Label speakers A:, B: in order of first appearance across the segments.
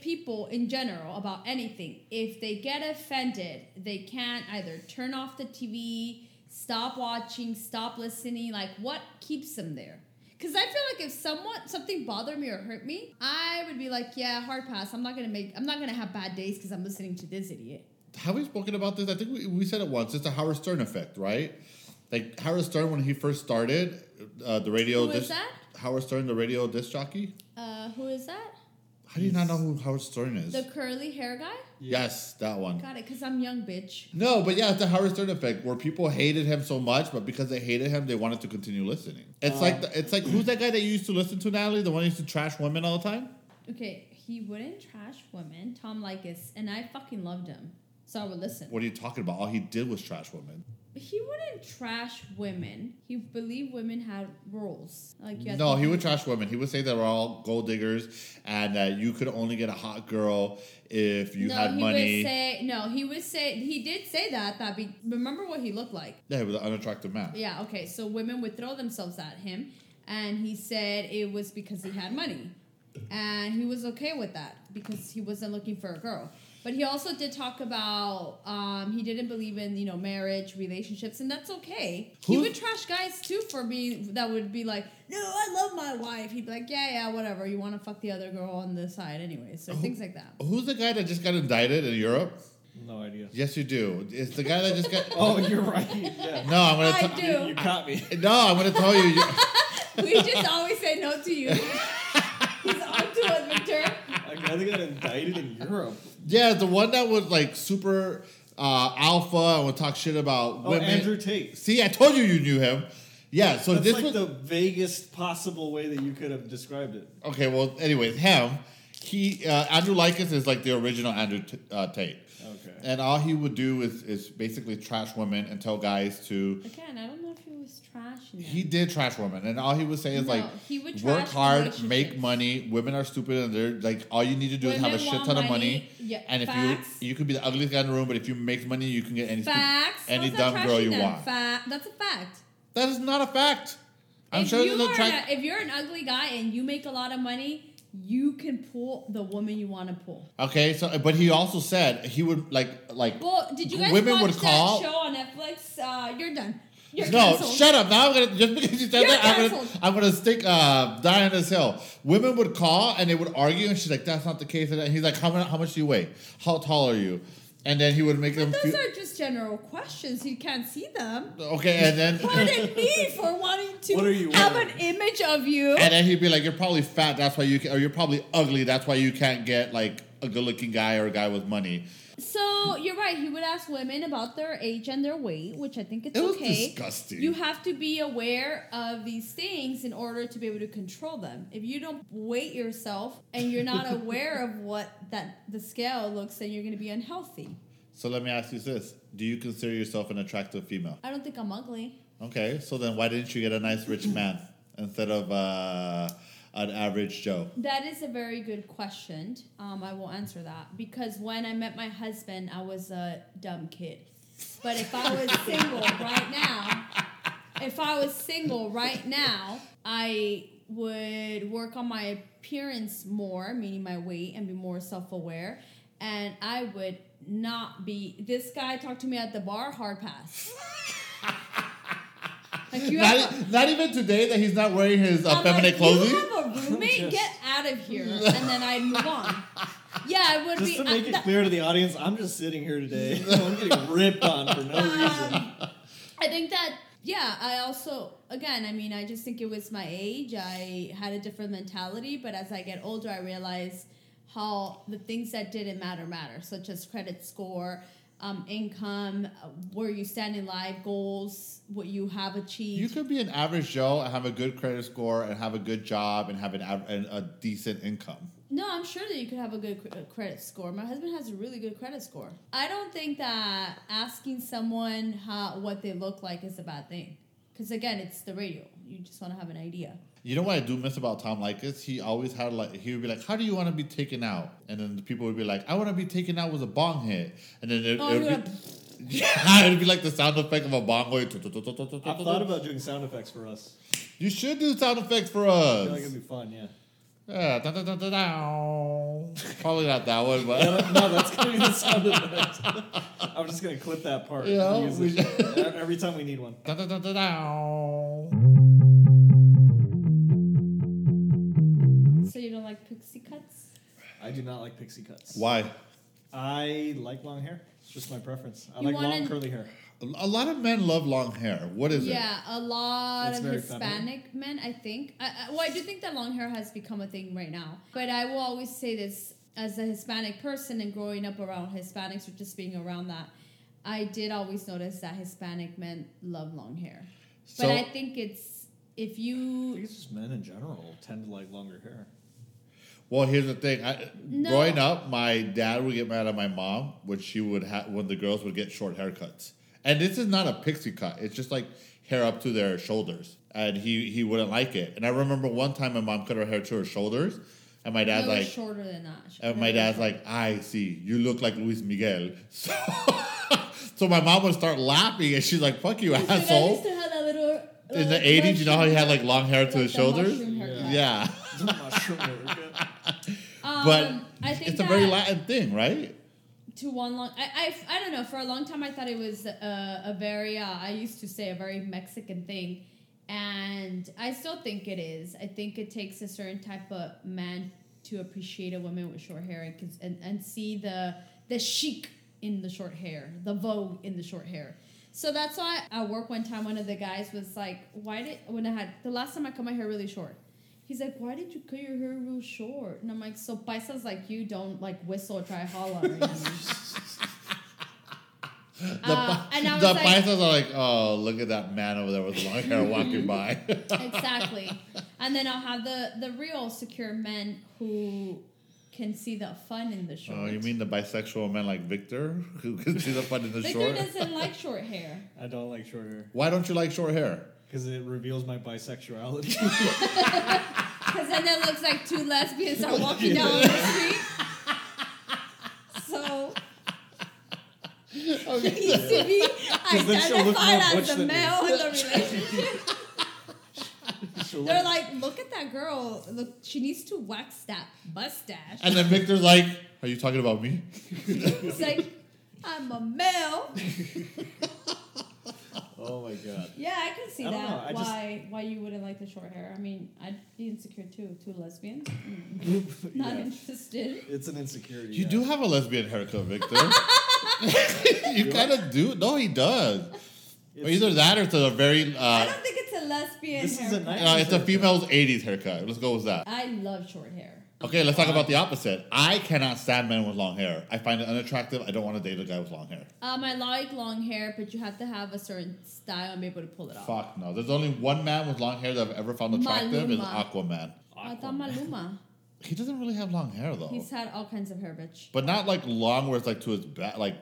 A: people in general about anything, if they get offended, they can either turn off the TV, stop watching, stop listening. Like, what keeps them there? Because I feel like if someone something bothered me or hurt me, I would be like, yeah, hard pass. I'm not gonna make. I'm not gonna have bad days because I'm listening to this idiot.
B: Have we spoken about this? I think we, we said it once. It's the Howard Stern effect, right? Like Howard Stern when he first started uh, the radio.
A: Who is
B: disc-
A: that?
B: Howard Stern, the radio disc jockey.
A: Uh, who is that?
B: How do you not know who Howard Stern is?
A: The curly hair guy?
B: yes, that one.
A: Got it, cause I'm young, bitch.
B: No, but yeah, it's the Howard Stern effect where people hated him so much, but because they hated him, they wanted to continue listening. It's like the, it's like who's that guy that you used to listen to, Natalie? The one who used to trash women all the time?
A: Okay, he wouldn't trash women, Tom Likas, and I fucking loved him, so I would listen.
B: What are you talking about? All he did was trash women.
A: He wouldn't trash women. He believed women had roles. Like you had
B: No,
A: to-
B: he would trash women. He would say they were all gold diggers and that you could only get a hot girl if you
A: no,
B: had
A: he
B: money.
A: would say no. He would say he did say that. That be remember what he looked like.
B: yeah, he was an unattractive man.
A: Yeah. Okay. So women would throw themselves at him, and he said it was because he had money, and he was okay with that because he wasn't looking for a girl. But he also did talk about um, he didn't believe in you know marriage relationships, and that's okay. He
B: Who-
A: would trash guys too for being that would be like, no, I love my wife. He'd be like, yeah, yeah, whatever. You want to fuck the other girl on the side anyway, so things like that.
B: Who's the guy that just got indicted in Europe?
C: No idea.
B: Yes, you do. It's the guy that just got.
C: Oh, you're right. Yeah.
B: No, I'm
A: I
B: gonna. tell
A: do.
C: You caught me.
B: no, I'm gonna tell you. you-
A: We just always say no to you. He's on to us, Victor.
C: A guy that got indicted in Europe.
B: Yeah, the one that was like super uh, alpha and would talk shit about
C: Oh,
B: women.
C: Andrew Tate.
B: See, I told you you knew him. Yeah, so
C: That's
B: this
C: like
B: was
C: the vaguest possible way that you could have described it.
B: okay. Well, anyways, him. He uh, Andrew Lycus is like the original Andrew T- uh, Tate,
C: Okay.
B: and all he would do is is basically trash women and tell guys to.
A: Again, I don't know if he was trash. in that.
B: He did trash women, and all he would say is
A: No,
B: like,
A: he would
B: "Work
A: trash
B: hard, make
A: relationships.
B: money. Women are stupid, and they're like, all you need to do is have a
A: Women
B: shit
A: want
B: ton of money.
A: money. Yeah,
B: and if
A: facts.
B: you you could be the ugliest guy in the room, but if you make money, you can get any stu-
A: Facts.
B: any
A: That's not
B: dumb girl
A: trashy
B: you
A: then.
B: want.
A: Fa- that's a fact.
B: That is not a fact. I'm
A: if
B: sure
A: you
B: there's
A: are
B: a track.
A: a- if you're an ugly guy and you make a lot of money, you can pull the woman you want to pull.
B: okay, so but he also said he would like like.
A: Well, did you guys
B: Women
A: watch
B: would
A: that
B: call-
A: show on Netflix? Uh, you're done. You're
B: no,
A: canceled.
B: shut up! Now I'm gonna just because you said
A: You're
B: that I'm gonna
A: canceled.
B: I'm gonna stick uh, Diana's hill. Women would call and they would argue, and she's like, "That's not the case." And he's like, "How much? How much do you weigh? How tall are you?" And then he would make them
A: But those
B: feel
A: are just general questions. You can't see them.
B: okay, and then
A: What a need for wanting to
C: What are you
A: have
C: wearing?
A: an image of you.
B: And then he'd be like, "You're probably fat. That's why you, can, or you're probably ugly. That's why you can't get like a good-looking guy or a guy with money."
A: So you're right. He would ask women about their age and their weight, which I think it's
B: It was
A: okay.
B: disgusting.
A: You have to be aware of these things in order to be able to control them. If you don't weight yourself and you're not aware of what that the scale looks, then you're going to be unhealthy.
B: So let me ask you this: Do you consider yourself an attractive female?
A: I don't think I'm ugly.
B: Okay, so then why didn't you get a nice rich man instead of uh, an average Joe?
A: That is a very good question. Um, I will answer that because when I met my husband, I was a dumb kid. But if I was single right now, if I was single right now, I would work on my appearance more, meaning my weight, and be more self aware. And I would not be. This guy talked to me at the bar, hard pass. Like you have a-
B: Not, e-, not even today that he's not wearing his uh,
A: I'm like,
B: feminine clothing.
A: You have a roommate,
C: Just-
A: get out of here, and then I'd move on. Yeah, I would
C: Just
A: be.
C: to make
A: I-
C: it
A: that-
C: clear to the audience, I'm just sitting here today. I'm getting ripped on for no reason.
A: I think that. Yeah, I also again, I mean, I just think it was my age. I had a different mentality, but as I get older, I realize how the things that didn't matter matter, such as credit score. Um, income, uh, where you stand in life, goals, what you have achieved.
B: You could be an average Joe and have a good credit score and have a good job and have an av- and a decent income.
A: No, I'm sure that you could have a good cr- uh, credit score. My husband has a really good credit score. I don't think that asking someone how what they look like is a bad thing. Because again, it's the radio. You just want to have an idea.
B: You know what I do miss about Tom Likas? He always had like he would be like, "How do you want to be taken out?" And then the people would be like, "I want to be taken out with a bong hit." And then it,
A: Oh,
B: it
A: you
B: would be, yeah, it'd be like the sound effect of a bong going. tu- tu- tu- tu- tu- tu-
C: I've
B: tu-
C: thought
B: tu.
C: about doing sound effects for us.
B: You should do sound effects for
C: I feel like it'd
B: us.
C: be fun, yeah.
B: Yeah, da, da, da, da, da. Probably not that one,
C: No,
B: but
C: that- no, that's gonna be the sound effect. I'm just gonna clip that part. and
B: Yeah,
C: use
B: we-
C: it. every time we need one.
B: da, da, da, da, da.
A: So you don't like pixie cuts?
C: I do not like pixie cuts.
B: Why?
C: I like long hair. It's just my preference. I
A: You
C: like long
A: wanna-
C: curly hair.
B: A lot of men love long hair. What is it?
A: Yeah, a lot
C: It's
A: of
C: very
A: Hispanic men, I think. I, I, well, I do think that long hair has become a thing right now. But I will always say this as a Hispanic person and growing up around Hispanics or just being around that, I did always notice that Hispanic men love long hair.
B: So-
A: but I think it's if
C: I
A: you
C: think it's just men in general tend to like longer hair.
B: Well, here's the thing. I,
A: No.
B: Growing up, my dad would get mad at my mom when she would have when the girls would get short haircuts. And this is not a pixie cut. It's just like hair up to their shoulders, and he he wouldn't like it. And I remember one time my mom cut her hair to her shoulders, and my
A: you
B: dad's
A: were
B: like,
A: shorter than that.
B: and my dad's like, I see, you look like Luis Miguel. So, so my mom would start laughing, and she's like, fuck you,
A: I used
B: asshole.
A: to have that little
B: In the 80s, you know how he had like long hair to his shoulders? Yeah.
C: Mushroom haircut.
A: Um,
B: But
A: I think
B: it's a very
A: that-
B: Latin thing, right?
A: to one long I, I, I don't know for a long time i thought it was a, a very uh, i used to say a very mexican thing and i still think it is i think it takes a certain type of man to appreciate a woman with short hair and, cons- and, and see the the chic in the short hair the vogue in the short hair so that's why at work one time one of the guys was like why did when i had the last time i cut my hair really short He's like, why did you cut your hair real short? And I'm like, so paisas like you don't like whistle or try holla. Or anything."
B: The,
A: Uh, and I was
B: the
A: like-
B: Pisces are like, oh, look at that man over there with long hair walking by.
A: exactly. And then I'll have the the real secure men who can see the fun in the short.
B: oh, you mean the bisexual man like Victor who can see the fun in the
A: Victor
B: short?
A: doesn't like short hair.
C: I don't like short hair
B: Why don't you like short hair?
C: because it reveals my bisexuality.
A: Because then it looks like two lesbians are walking down the street. So
B: Okay.
A: he used to be
C: then she'll look more
A: identified as
C: butch
A: the
C: than me.
A: male in the relationship.
C: So
A: They're
C: what-
A: like, look at that girl. Look, she needs to wax that mustache.
B: and then Victor's like, are you talking about me?
A: He's like, I'm a male.
C: oh my god.
A: Yeah, I can see
C: I don't know,
A: that.
C: I just-
A: why why you wouldn't like the short hair? I mean, I'd be insecure too. Two lesbians, Mm, not
C: Yeah.
A: interested.
C: It's an insecurity.
B: You
C: yeah.
B: do have a lesbian haircut, Victor. you
C: Do
B: kind of do. No, he does.
C: It's-
B: Either that or it's a very,
A: I
B: uh,
A: don't think it's a lesbian
C: This
A: haircut.
C: is a nice-
B: uh, it's a
C: haircut.
B: female's 80s haircut. Let's go with that.
A: I love short hair.
B: Okay, let's talk about the opposite. I cannot stand men with long hair. I find it unattractive. I don't want to date a guy with long hair.
A: Um, I like long hair, but you have to have a certain style and be able to pull it off.
B: Fuck no. There's only one man with long hair that I've ever found attractive is
A: Maluma.
B: Aquaman.
A: I thought Maluma.
B: He doesn't really have long hair
C: Oh.
B: though.
A: He's had all kinds of hair, bitch.
B: but not like long where it's like to his back, like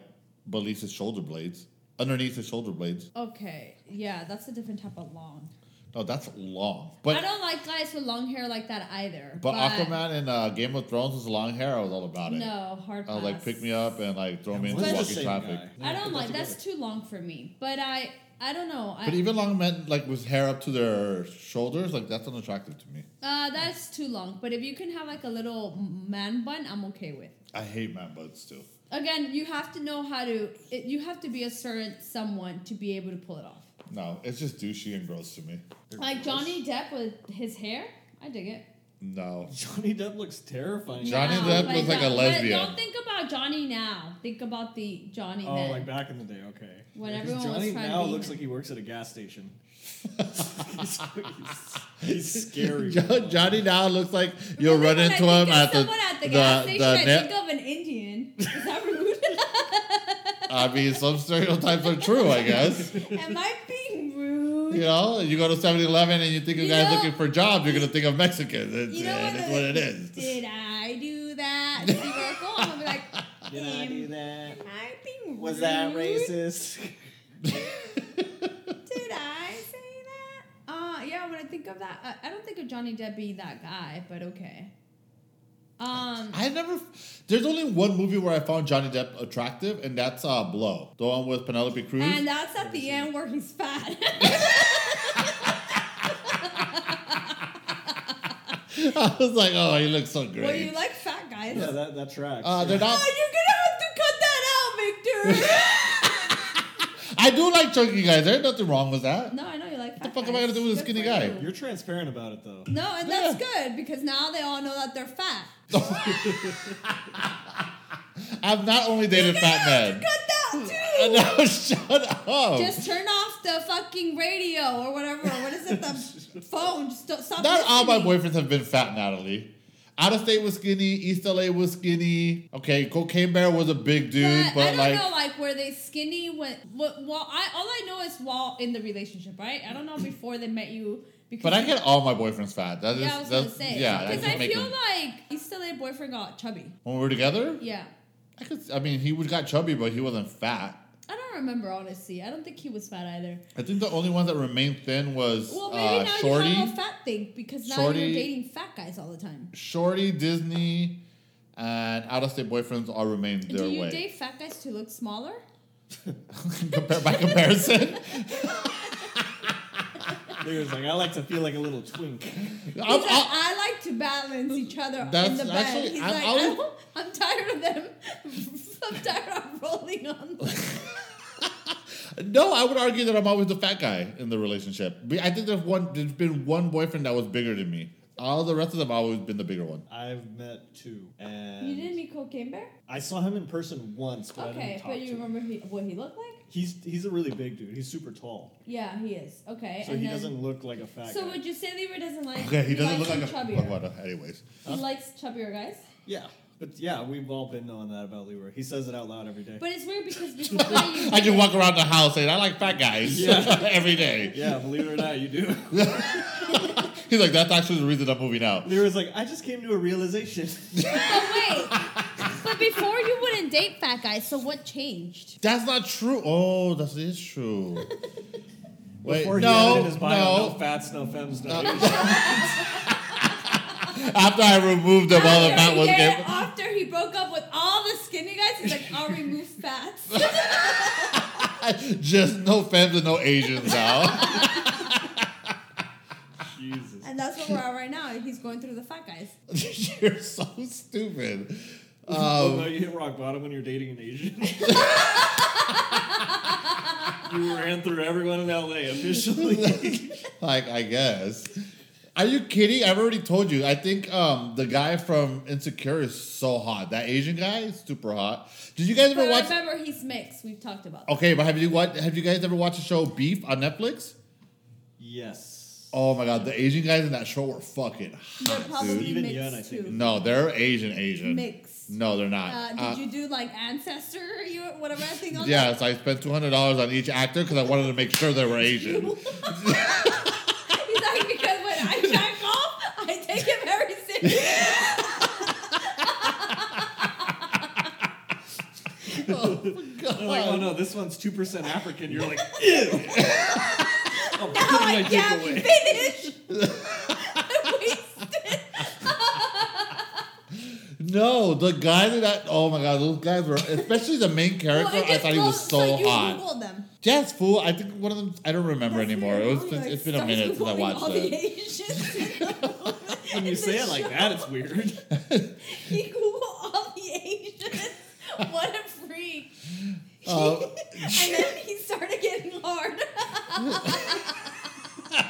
B: beneath his shoulder blades, underneath his shoulder blades.
A: Okay, yeah, that's a different type of long.
B: No, that's long.
A: I
B: But
A: don't like guys with long hair like that either.
B: but Aquaman in uh, Game of Thrones was long hair. I was all about it.
A: no hard.
B: I was like
A: pass.
B: pick me up and like throw me
C: One's
B: into
A: the
B: walking
C: same
B: traffic.
C: guy.
A: I
C: Yeah,
A: don't
C: they're
A: like that's
C: together.
A: too long for me. But I I don't know. I,
B: But even long men like with hair up to their shoulders, like that's unattractive to me.
A: Uh, that's too long. But if you can have like a little man bun, I'm okay with.
B: I hate man buds too.
A: Again, you have to know how to. It, you have to be a certain someone to be able to pull it off.
B: No, it's just douchey and gross to me.
A: Like Johnny Depp with his hair, I dig it.
B: No.
C: Johnny Depp looks terrifying.
B: Johnny
A: No,
B: Depp
A: but
B: looks like a
A: don't-
B: lesbian.
A: But don't think about Johnny now. Think about the Johnny
C: Oh,
A: then.
C: like back in the day, okay.
A: When
C: Yeah, 'cause
A: everyone was
C: Johnny
A: trying to
C: now
A: be
C: looks
A: him.
C: like he works at a gas station. he's, he's- he's scary.
B: Jo- Johnny now looks like you'll
A: Really,
B: run
A: when I
B: into
A: think
B: him
A: of
B: at the,
A: someone at the, gas station. I
B: net-
A: think of an Indian. Is that rude?
B: I mean, some stereotypes are true, I guess.
A: Am I being rude?
B: You know, you go to 7 Eleven and you think of
A: You
B: guys
A: know-
B: looking for jobs, you're going to think of Mexicans. It's,
A: You know
B: it
A: what
B: is
A: the-
B: what it is.
A: Did I do that? Did you work on? I'm gonna be like,
C: Did I do that?
A: am I being
C: Was that
A: rude?
C: racist?
A: Did I say that? Uh, yeah. When I think of that, I, I don't think of Johnny Depp being that guy, but okay. Um,
B: I never. There's only one movie where I found Johnny Depp attractive, and that's uh, Blow, the one with Penelope Cruz.
A: and that's at the end where he's fat.
B: I was like, oh, you look so great.
A: Well, you like fat guys.
C: Yeah, that, that tracks.
B: uh, they're not.
A: Oh, you're gonna have to cut that
B: I do like chunky guys. There's nothing wrong with
A: out,
B: that.
A: Victor. no, I know you like. What
B: the fuck am I gonna do with a skinny guy?
C: You're transparent about it though.
A: No, and that's good because now they all know that they're fat.
B: I've not only dated fat men.
A: Cut that
B: Uh,
A: too.
B: No, shut up.
A: Just turn off the fucking radio or whatever. What is it? The phone. Just don't, stop.
B: Not all my
A: listening.
B: boyfriends have been fat, Natalie. Out of state was skinny. East LA was skinny. Okay, Cocaine Bear was a big dude, but,
A: I don't
B: like,
A: know, like were they skinny when? What? Well, I all I know is while in the relationship, right? I don't know before they met you. Because
B: but I get all my boyfriends fat. That is,
A: Yeah, I was gonna
B: that's,
A: say.
B: yeah.
A: because
B: can
A: I,
B: make
A: feel
B: them-
A: like he's still a boyfriend got chubby.
B: when we were together,
A: Yeah,
B: I could. I mean, he was got chubby, but he wasn't fat.
A: I don't remember honestly. I don't think he was fat either.
B: I think the only one that remained thin was
A: Well, maybe
B: uh,
A: now
B: Shorty.
A: you have a fat thing because now
B: Shorty-
A: you're dating fat guys all the time.
B: Shorty, Disney, and out of state boyfriends all remained their
A: Do you
B: way.
A: date fat guys to look smaller?
B: Compare, by comparison,
C: There's like I like to feel like a little twink.
B: I'm,
A: He's like,
B: I'm-
A: i like to balance each other in
B: That's
A: the bed.
B: actually-
A: He's
B: I'm-
A: like,
B: I'll-
A: I don't, I'm tired of them. I'm tired of rolling on them.
B: No, I would argue that I'm always the fat guy in the relationship. Be- I think there's one. There's been one boyfriend that was bigger than me. All the rest of them have always been the bigger one.
C: I've met two, and
A: You didn't meet Cocaine Bear?
C: I saw him in person once, but I didn't
A: Okay,
C: talk
A: but
C: to
A: you
C: him.
A: remember he, what he looked like?
C: He's he's a really big dude. He's super tall,
A: Yeah, he is. Okay.
C: so
A: and
C: he
A: then,
C: doesn't look like a fat
A: So
C: guy.
A: would you say Lever doesn't like
B: Okay, he doesn't
A: likes
B: look like a
A: him
B: chubby.
A: chubbier?
B: anyways,
A: He likes chubbier guys?
C: yeah, but yeah, we've all been knowing that about Leroy. He says it out loud every day.
A: But it's weird because before that you
B: I can walk around the house saying I like fat guys
C: Yeah.
B: every day.
C: yeah, believe it or not, you do.
B: He's like, that's actually the reason I'm moving out.
C: Leroy's like, I just came to a realization.
A: But wait. but before you wouldn't date fat guys, so what changed?
B: That's not true. Oh, that is true. Wait,
C: Before he
B: no,
C: edited his bio, no.
B: no.
C: fats, no fems, no.
B: After I removed them, all the fat
A: after,
B: was
A: he
B: gay.
A: did- after he broke up with all the skinny guys, he's like, I'll remove fats.
B: Just no femmes and no Asians now.
C: Jesus.
A: and that's what we're at right now. He's going through the fat guys.
B: You're so stupid.
C: oh no, you hit rock bottom when you're dating an Asian. you ran through everyone in LA officially.
B: like I guess. Are you kidding? I've already told you. I think um, the guy from Insecure is so hot. That Asian guy is super hot. Did you guys
A: But
B: ever watch?
A: remember, he's mixed. We've talked about that.
B: Okay, but have you what? Have you guys ever watched the show Beef on Netflix?
C: yes.
B: Oh my god, the Asian guys in that show were fucking
A: They're
B: hot,
A: probably
B: dude.
C: Steven
A: mixed
C: Yeun, I think.
A: too.
B: No, they're Asian Asian.
A: Mixed.
B: No, they're not.
A: Uh, did
B: Uh,
A: you do like ancestor, you whatever that thing on
B: Yes, I spent two hundred dollars on each actor because I wanted to make sure they were Asian.
A: that? He's like, because when I jack off, I take it very seriously.
B: oh my
C: They're like, oh
B: god.
C: no, this one's two percent African. You're like, ew. Oh, I'm
A: Now
C: putting
A: I
C: my dick
A: can't
C: away.
A: finish. I wasted.
B: No, the guys in that. Oh my god, those guys were especially the main
A: Well,
B: character.
A: it
B: I
A: just
B: thought he was
A: goes-
B: so,
A: you
B: hot.
A: Googled them.
B: Yes, fool. I think one of them. I don't remember
A: That's Oh,
B: anymore.
A: weird.
B: It was,
A: Now
B: been,
A: you're, like,
B: it's been a minute since I
A: Googling all
B: watched
A: the
B: it.
A: Asians in the-
C: When you
A: in
C: say
A: the
C: it like
A: show.
C: that, it's weird.
A: He Googled all the Asians. What a freak.
B: Uh,
A: and then he started getting hard.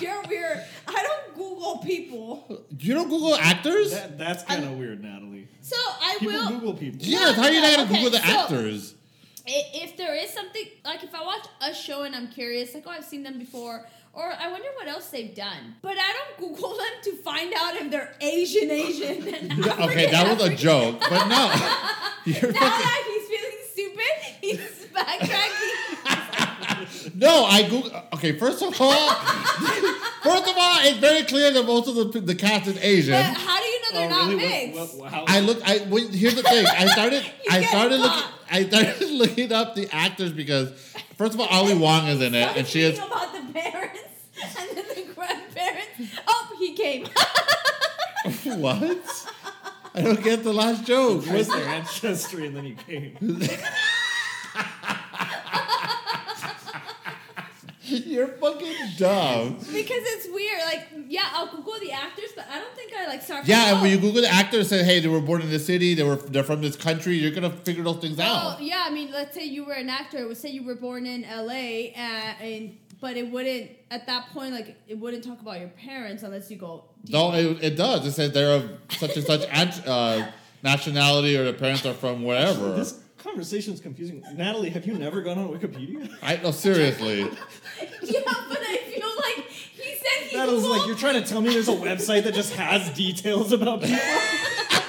A: You're weird. I don't Google people.
B: you don't Google actors?
C: That, that's kind of weird, Natalie.
A: So I
C: People
A: will.
C: Google people.
B: yes. How are you not gonna
A: Okay,
B: Google
A: so-
B: the actors?
A: i- if there is something like if I watch a show and I'm curious, like oh I've seen them before, or I wonder what else they've done. But I don't Google them to find out if they're Asian Asian. And African,
B: Okay, that was a
A: African.
B: joke, but no.
A: Now
B: You're fucking-
A: that he's feeling stupid, he's backtracking.
B: no, I Google. Okay, first of all, first of all, it's very clear that most of the the cast is Asian.
A: but how do you know they're
C: Oh,
A: not
C: really?
A: mixed?
C: What- what- how-
B: I look. I wait, here's the thing. I started.
A: You
B: I
A: get
B: started looking.
A: caught.
B: I started looking up the actors because, first of all, Ali Wong is in
A: I
B: it, and
A: was
B: she is
A: reading about the parents and then the grandparents. Oh, he came.
B: what? I don't get the last joke.
C: Trace their ancestry and then you came.
B: You're fucking dumb.
A: because it's weird. Like, yeah, I'll Google the actors, I don't think I like start.
B: Yeah, and when you Google the actor, say, "Hey, they were born in this city. They were they're from this country." You're gonna figure those things
A: Oh,
B: out.
A: yeah. I mean, let's say you were an actor. Let's say you were born in L.A. And, and but it wouldn't at that point like it wouldn't talk about your parents unless you go. deep.
B: No, it, it does. It says they're of such and such ant- uh, nationality, or their parents are from wherever.
C: This conversation is confusing. Natalie, have you never gone on Wikipedia?
B: I no, seriously.
A: yeah, but I feel like he said he.
C: That was like,
A: looked-
C: you're trying to tell me there's a website that just has details about people?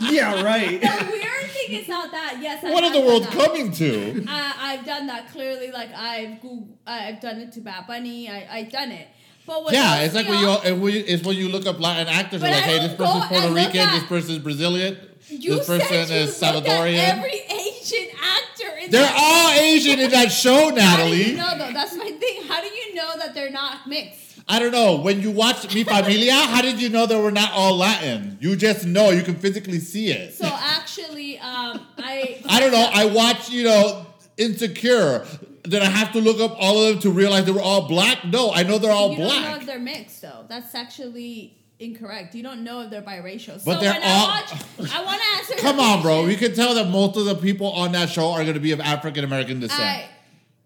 C: yeah, right.
A: The weird thing is not that. Yes, I
B: what
A: have
B: is the
A: done
B: world
A: that.
B: coming to?
A: I, I've done that clearly. Like I've Googled, I've done it to Bat Bunny. I, I've done it. But what
B: Yeah,
A: else
B: it's like
A: we
B: when you
A: all-
B: and when you, it's when you look up Latin actors.
A: But
B: You're like,
A: I
B: hey,
A: don't
B: this person's
A: go
B: Puerto
A: and look
B: Rican.
A: at-
B: This person's Brazilian.
A: you
B: this
A: said
B: person
A: you looked
B: is
A: at
B: Salvadorian.
A: Every Asian actor in
B: They're
A: that-
B: all Asian in that show,
A: How do you
B: Natalie.
A: know though? That's my thing. How do you know that they're not mixed?
B: I don't know. When you watch Mi Familia, how did you know that we're not all Latin? You just know. You can physically see it.
A: So actually, um, I
B: I don't know. I watch, you know, Insecure. Did I have to look up all of them to realize they were all black? No, I know they're all
A: you don't know
B: black.
A: if they're mixed though. That's actually incorrect. You don't know if they're biracial.
B: But
A: so
B: they're
A: when
B: all-
A: I watch, I want to answer. your
B: Come on, bro.
A: question.
B: You can tell that most of the people on that show are going to be of African American descent,
A: I,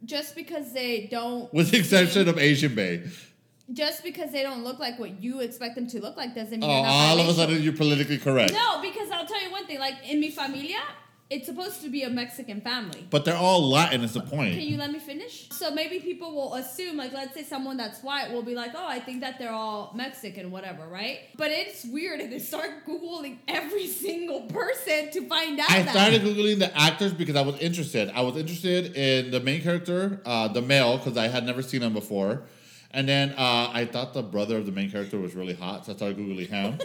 A: just because they don't,
B: with the exception of Asian Bay.
A: just because they don't look like what you expect them to look like, doesn't mean
B: Oh,
A: they're not
B: all of a
A: biracial.
B: sudden you're politically correct.
A: No, because I'll tell you one thing. Like in Mi Familia, it's supposed to be a Mexican family.
B: But they're all Latin. Is the
A: Can
B: point?
A: you let me finish? So maybe people will assume, like, let's say someone that's white will be like, oh, I think that they're all Mexican, whatever, right? But it's weird if they start Googling every single person to find out
B: I
A: that.
B: started googling the actors because I was interested. I was interested in the main character, uh, the male, because I had never seen him before. And then uh, I thought the brother of the main character was really hot, so I started googling him.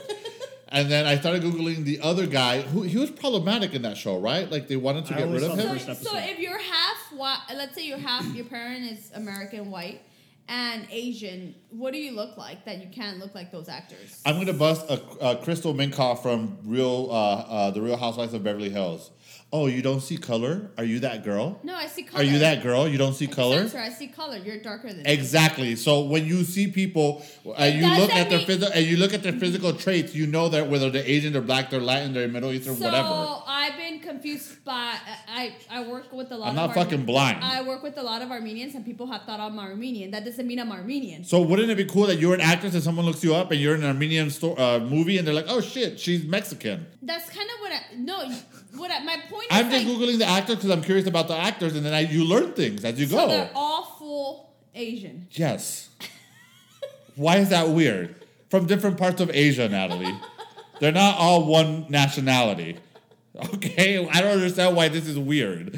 B: and then I started googling the other guy who he was problematic in that show, right? Like they wanted to
C: I
B: get
C: always
B: rid of
C: thought
B: him.
C: first
A: so, so
C: episode.
A: if you're half white, let's say you're half, your parent is American white and Asian, what do you look like that you can't look like those actors?
B: I'm gonna bust a, a Crystal Minkoff from Real uh, uh, the Real Housewives of Beverly Hills. Oh, you don't see color? Are you that girl?
A: No, I see color.
B: Are you that girl? You don't see color?
A: Sensor, I see color. You're darker than me.
B: Exactly. So when you see people, uh, you
A: doesn't
B: look at their
A: mean-
B: physical and you look at their physical traits, you know that whether they're Asian, they're Black, they're Latin, they're Middle Eastern,
A: So
B: whatever.
A: I've been confused by I I I work with a lot.
B: I'm
A: of
B: not fucking
A: Arme-
B: blind.
A: I work with a lot of Armenians, and people have thought I'm Armenian. That doesn't mean I'm Armenian.
B: So wouldn't it be cool that you're an actress and someone looks you up and you're in an Armenian sto- uh, movie and they're like, oh shit, she's Mexican.
A: That's kind of what I no. What I, my point is
B: I'm just
A: like,
B: googling the actors because I'm curious about the actors, and then I, you learn things as you
A: so
B: go.
A: they're all full Asian.
B: yes. Why is that weird? From different parts of Asia, Natalie. they're not all one nationality. Okay, I don't understand why this is weird.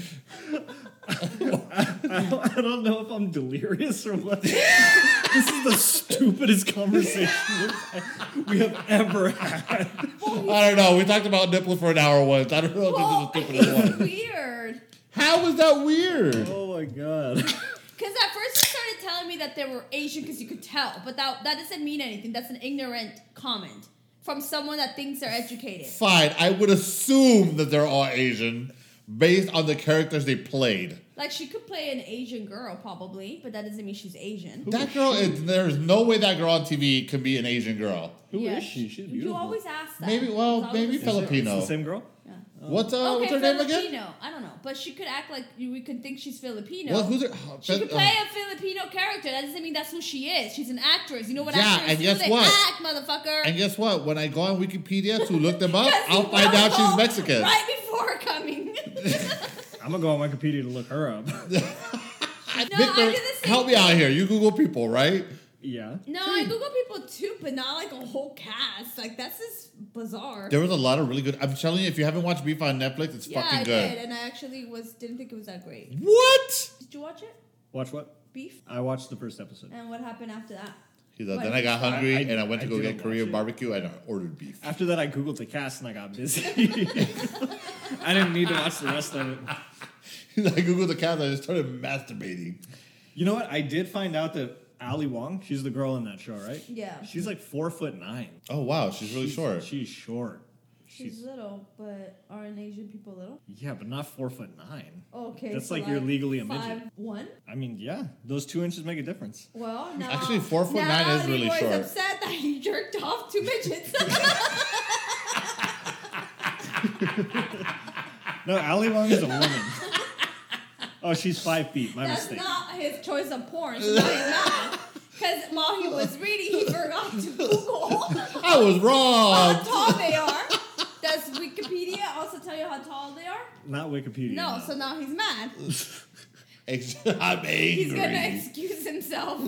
C: I don't, I don't know if I'm delirious or what. this is the stupidest conversation we have ever had.
B: I don't know. We talked about nipples for an hour once. I don't know if
A: Well,
B: this is the stupidest
A: it's
B: one.
A: weird.
B: How is that weird?
C: Oh my god.
A: Because at first you started telling me that they were Asian because you could tell, but that that doesn't mean anything. That's an ignorant comment from someone that thinks they're educated.
B: Fine. I would assume that they're all Asian based on the characters they played.
A: Like she could play an Asian girl probably, but that doesn't mean she's Asian.
B: That girl is. There's no way that girl on TV can be an Asian girl.
C: Who is
A: Yeah.
C: she? She's
A: You
C: beautiful.
A: always ask that.
B: Maybe- well,
A: It's always-
B: maybe
C: Is it-
B: Filipino.
C: it's the same girl?
A: Yeah.
B: What's uh,
A: okay,
B: what's her name
A: Filipino.
B: again?
A: I don't know, but she could act like you- we could think she's Filipino.
B: Well, who's her?
A: she could
B: uh,
A: play a Filipino character. That doesn't mean that's who she is. She's an actress. You know what
B: Yeah,
A: actors
B: and
A: do?
B: guess
A: they
B: what?
A: act, motherfucker.
B: oh. and guess what? When I go on Wikipedia to look them up,
A: Because
B: I'll
A: you
B: find out
A: know
B: she's Mexican.
A: Right before coming.
C: I'm gonna go on Wikipedia to look her up.
A: No,
B: Victor,
A: I do the same
B: help me out
A: thing.
B: here. You Google people, right?
C: yeah.
A: no,
B: Hmm.
A: I Google people too, but not like a whole cast. Like that's just bizarre.
B: There was a lot of really good. I'm telling you, if you haven't watched Beef on Netflix, it's
A: yeah,
B: fucking
A: I
B: good.
A: did, and I actually was didn't think it was that great.
B: What?
A: Did you watch it?
C: Watch what?
A: Beef?
C: I watched the first episode.
A: And what happened after that?
B: He's like,
A: What?
B: then I got hungry
C: I- I-
B: and I went to
C: I
B: go
C: didn't
B: get
C: watch
B: Korean
C: it.
B: barbecue and I ordered beef.
C: After that, I googled the cast and I got busy. I didn't need to watch the rest of it.
B: He's like, Google the cat. I just started masturbating.
C: You know what? I did find out that Ali Wong, she's the girl in that show, right?
A: Yeah.
C: She's like four foot nine.
B: Oh wow, she's really
C: She's-
B: short.
C: She's short.
A: She's,
C: She's
A: little, but aren't Asian people little?
C: yeah, but not four foot nine.
A: Okay.
C: That's
A: so
C: like you're legally a
A: five,
C: midget.
A: One.
C: I mean, yeah, those two inches make a difference.
A: Well, now
B: Actually, four foot nine
A: now
B: is really
A: Leroy's
B: short.
A: upset that he jerked off two midgets.
C: No, Ali Wong is a woman. oh, she's five feet. My
A: That's
C: mistake.
A: not his choice of porn. So now he's mad. Because while he was reading, he forgot to Google
B: I was
A: how
B: wrong.
A: tall they are. Does Wikipedia also tell you how tall they are?
C: Not Wikipedia.
A: No, so now he's mad.
B: Ex- I'm angry.
A: He's gonna excuse himself.